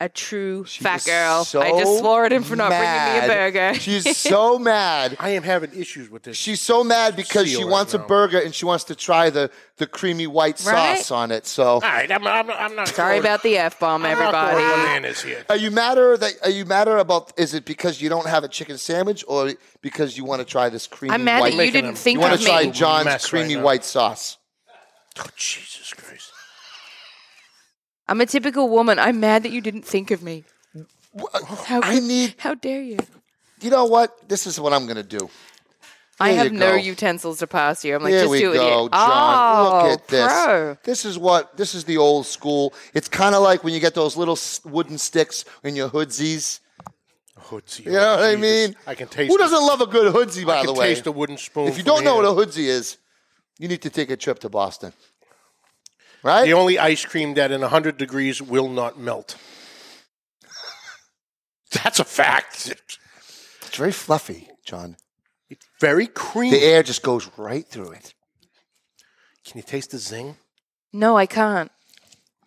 A true fat
She's
girl. I
so
just swore at him for not bringing me
mad.
a burger.
She's so mad.
I am having issues with this.
She's so mad because
Seal
she
it
wants
now.
a burger and she wants to try the, the creamy white
Right?
sauce on it. So
All right, I'm, I'm, I'm not.
Sorry about the f bomb,
I'm not throwing
everybody.
bananas here.
are you madder that are you madder about is it because you don't have a chicken sandwich or because you want to try this creamy
I'm mad
white
that you
Making
didn't
a-
you
think
want
of
to try
me.
John's
Mess right
creamy
now.
white sauce.
Oh, Jesus Christ.
I'm a typical woman. I'm mad that you didn't think of me. How
I
could-
need
How dare you?
you know what? This is what I'm gonna do.
I
There
have
you
no
go.
utensils to pass you. I'm like,
Here
just
we
do it.
go,
you-
John.
Oh,
Look at this.
Pro.
This is what this is the old school. It's kind of like when you get those little s- wooden sticks in your hoodsies.
Oh, it's-
You know what I
Jesus.
mean?
I can taste.
Who
the-
doesn't love a good hoodsie, by
I
the
can
way?
taste a wooden spoon.
If you
from
don't know
here.
what a hoodsy is, you need to take a trip to Boston. Right?
the only ice cream that in 100 degrees will not melt. That's a fact.
it's very fluffy, John.
It's very creamy.
The air just goes right through it.
Can you taste the zing?
No, I can't.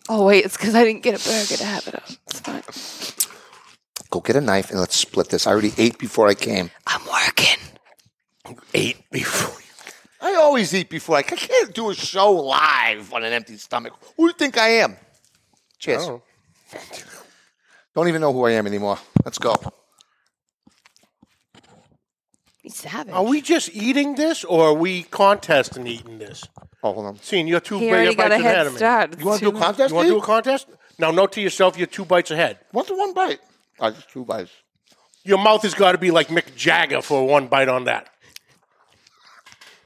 Oh wait, it's because I didn't get a burger to have it on. It's fine.
Go get a knife and let's split this. I already ate before I came.
I'm working.
Eight before you.
I always eat before I, I can't do a show live on an empty stomach. Who do you think I am? Cheers.
Oh.
Oh, Don't even know who I am anymore. Let's go.
He's savage.
Are we just eating this, or are we contesting eating this?
Oh, hold on.
Seeing you're two
He already
bites
got a
ahead
head
of me.
start. It's
You want to do
too-
a contest?
You want to do a
Steve?
contest? Now, note to yourself, you're two bites ahead.
What's the one bite? I just two bites.
Your mouth has got to be like Mick Jagger for one bite on that.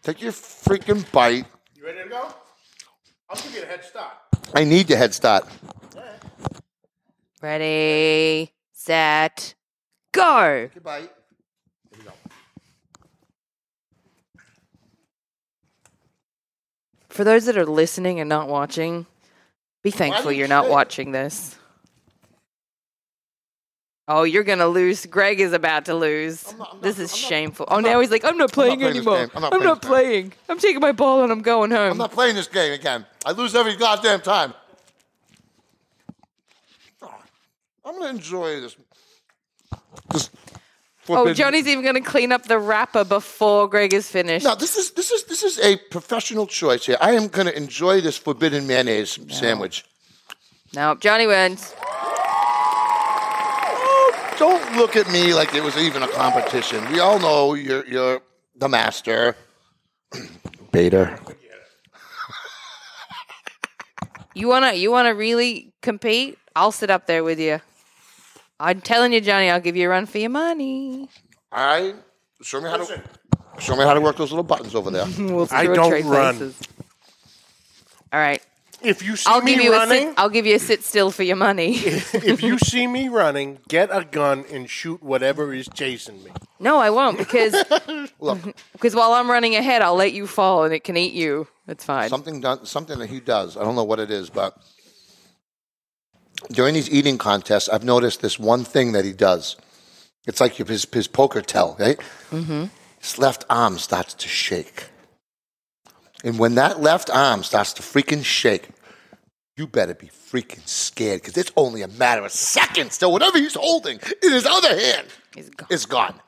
Take your freaking bite.
You ready to go? I'll give you a head start.
I need the head start.
Ready, set, go.
Your bite.
For those that are listening and not watching, be thankful
did
you're
you
not
say-
watching this. Oh, you're gonna lose. Greg is about to lose.
not- I'm
this
not-
is
I'm not-
shameful. oh, now he's like, I'm not playing
playing this
anymore.
game. I'm not
I'm
playing
not
this game."
playing. I'm taking my ball and I'm going home.
I'm not playing this game again. I lose every goddamn time. Oh, I'm gonna enjoy this. Just
oh,
flipping-
Johnny's even gonna clean up the wrapper before Greg is finished.
No, this is this is this is a professional choice here. I am gonna enjoy this forbidden mayonnaise sandwich.
Nope, Johnny wins.
Oh, Don't look at me like it was even a competition. We all know you're you're the master. Bader.
You wanna you wanna really compete? I'll sit up there with you. I'm telling you, Johnny, I'll give you a run for your money.
All right. Show me how to show me how to work those little buttons over there.
We'll
I
throw
don't
trade
run.
places. All right.
If you see
I'll
me
give you a
running,
sit, I'll give you a sit still for your money.
if you see me running, get a gun and shoot whatever is chasing me.
no, I won't because
Look,
because while I'm running ahead, I'll let you fall and it can eat you. It's fine.
something done something that he does. I don't know what it is, but during these eating contests, I've noticed this one thing that he does. It's like his his poker tell, right? Mm-hmm. His left arm starts to shake, and when that left arm starts to freaking shake, you better be freaking scared because it's only a matter of seconds till whatever he's holding in his other hand
He's gone.
is gone.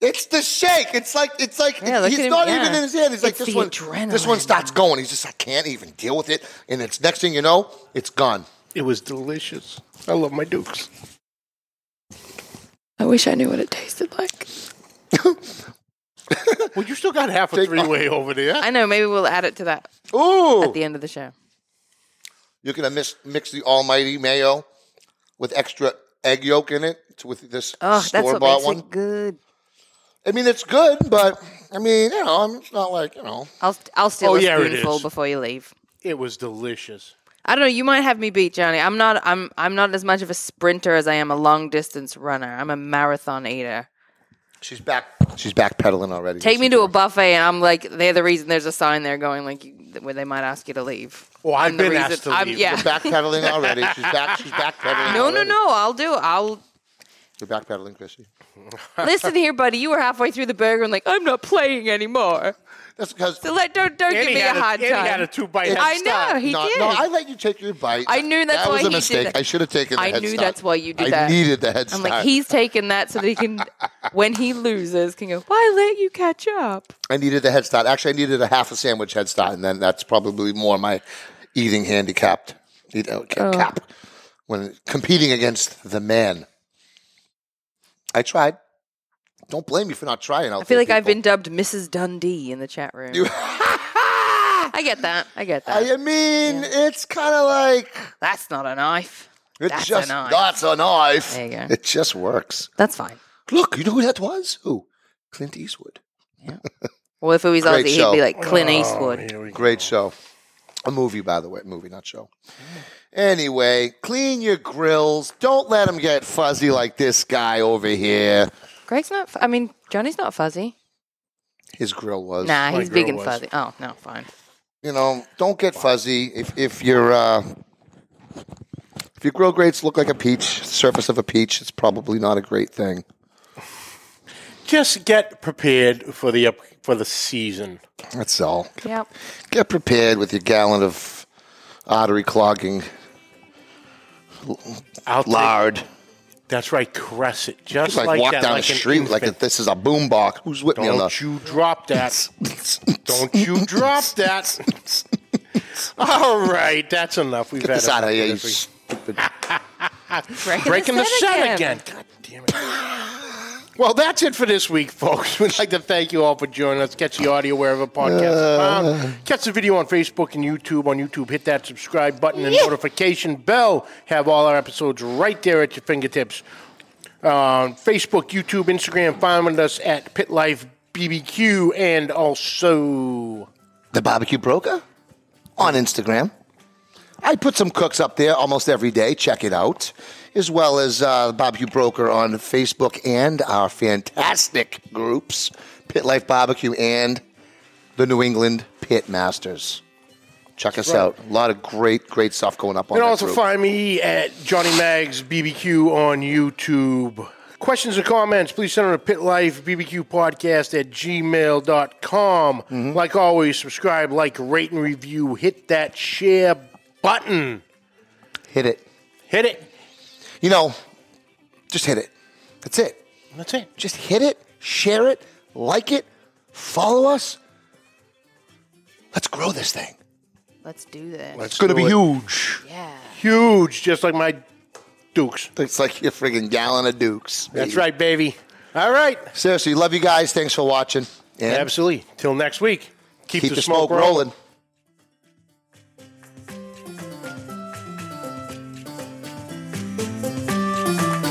It's the shake. It's like it's like
Yeah, look
he's
at him.
not
Yeah.
even in his hand. He's like
It's
this
the
one. This one
adrenaline.
starts going. He's just I can't even deal with it. And it's next thing you know, it's gone.
It was delicious. I love my Dukes.
I wish I knew what it tasted like.
Well, you still got half a
Take-
three way over there.
I know. Maybe we'll add it to that
Ooh,
at the end of the show.
you're gonna mix mix the almighty mayo with extra egg yolk in it to- with this
Oh, that's
store
what makes
bought one.
it good.
I mean, it's good, but I mean, you know, I'm- it's not like you know.
I'll I'll steal
Oh,
a
yeah, it
spoonful
is.
before you leave.
It was delicious.
I don't know. You might have me beat, Johnny. I'm not. I'm. I'm not as much of a sprinter as I am a long distance runner. I'm a marathon eater.
She's back. She's backpedaling already.
Take me to a buffet, and I'm like, they're the reason. There's a sign there going like, you, where they might ask you to leave.
Oh, I've
I'm the
been
reason-
asked to
I'm-
leave.
Yeah.
backpedaling already. She's back. She's backpedaling.
No, no,
already.
no. I'll do. it. I'll
You're backpedaling, Chrissy.
listen here, buddy. You were halfway through the burger and like, I'm not playing anymore.
That's because
So let don't don't
And
give
he
me a
had
hard
and he had a
time.
two bite head
I
start.
know he
no,
did.
no, I let you take your bite.
I knew that's
that
why
was a
he did
mistake.
that.
I should have taken. The
I
head
knew
start.
that's why you did
I
that.
needed the head
I'm
start.
like, he's taking that so that he can, when he loses, can go. Why let you catch up?
I needed the head start. Actually, I needed a half a sandwich head start, and then that's probably more my eating handicapped. You know, ca-
Oh.
cap when competing against the man. I tried. Don't blame me for not trying. Out
I feel
there,
like I've been
people.
dubbed Mrs. Dundee in the chat room. I get that. I get that.
I mean, it's kind of like
That's not a knife.
it's
That's a
just
knife.
that's a knife.
There you go.
It just works.
That's fine.
Look, you know who that was? Who? Clint Eastwood.
Well, if it was
Great
Ozzy, he'd
show.
be like Clint Eastwood.
Here we go.
Great show. A movie, by the way. Movie, not show. Anyway, clean your grills. Don't let them get fuzzy like this guy over here.
Greg's not. F- I mean, Johnny's not fuzzy.
His grill was.
Nah,
my
he's big
girl
and
was.
fuzzy. Oh no, fine.
You know, don't get fuzzy if, if your uh, if your grill grates look like a peach, surface of a peach. It's probably not a great thing.
Just get prepared for the up, for the season.
That's all.
Yep.
Get prepared with your gallon of artery clogging
I'll take-
lard.
that's right, crescent. Just
It's like,
like,
walk
that,
down
like
the
an
street like
infant.
if this is a boombox. Who's with me on
Don't
the?
you drop that. Don't you drop that. All right, that's enough. We've
Get
had
this out of
enough
here, you
this week.
stupid.
Breaking,
Breaking the
set
set again. God damn it. Well, that's it for this week, folks. We'd like to thank you all for joining us. Catch the audio wherever podcasts
Uh.
are found. Catch the video on Facebook and YouTube. On YouTube, hit that subscribe button and notification bell. Have all our episodes right there at your fingertips. On Facebook, YouTube, Instagram, find us at Pit Life BBQ and also
The Barbecue Broker on Instagram. I put some cooks up there almost every day. Check it out. As well as uh, the Barbecue Broker on Facebook and our fantastic groups, Pit Life Barbecue and the New England Pit Masters. Check us out. A lot of great, great stuff going up on
You
that
can also
group.
find me at Johnny Mags BBQ on YouTube. Questions and comments, please send them to pitlifebbqpodcast at gmail.com.
Mm-hmm.
Like always, subscribe, like, rate, and review. Hit that share button.
Hit it.
Hit it.
You know, just hit it. That's it.
That's it.
Just hit it, share it, like it, follow us. Let's grow this thing.
Let's do this.
It's going to be
do it.
huge.
yeah.
Huge, just like my dukes.
It's like your friggin' gallon of Dukes.
That's right, baby. All right.
Seriously, love you guys. Thanks for watching. And
Absolutely. Till next week. Keep,
keep, the, smoke, rolling.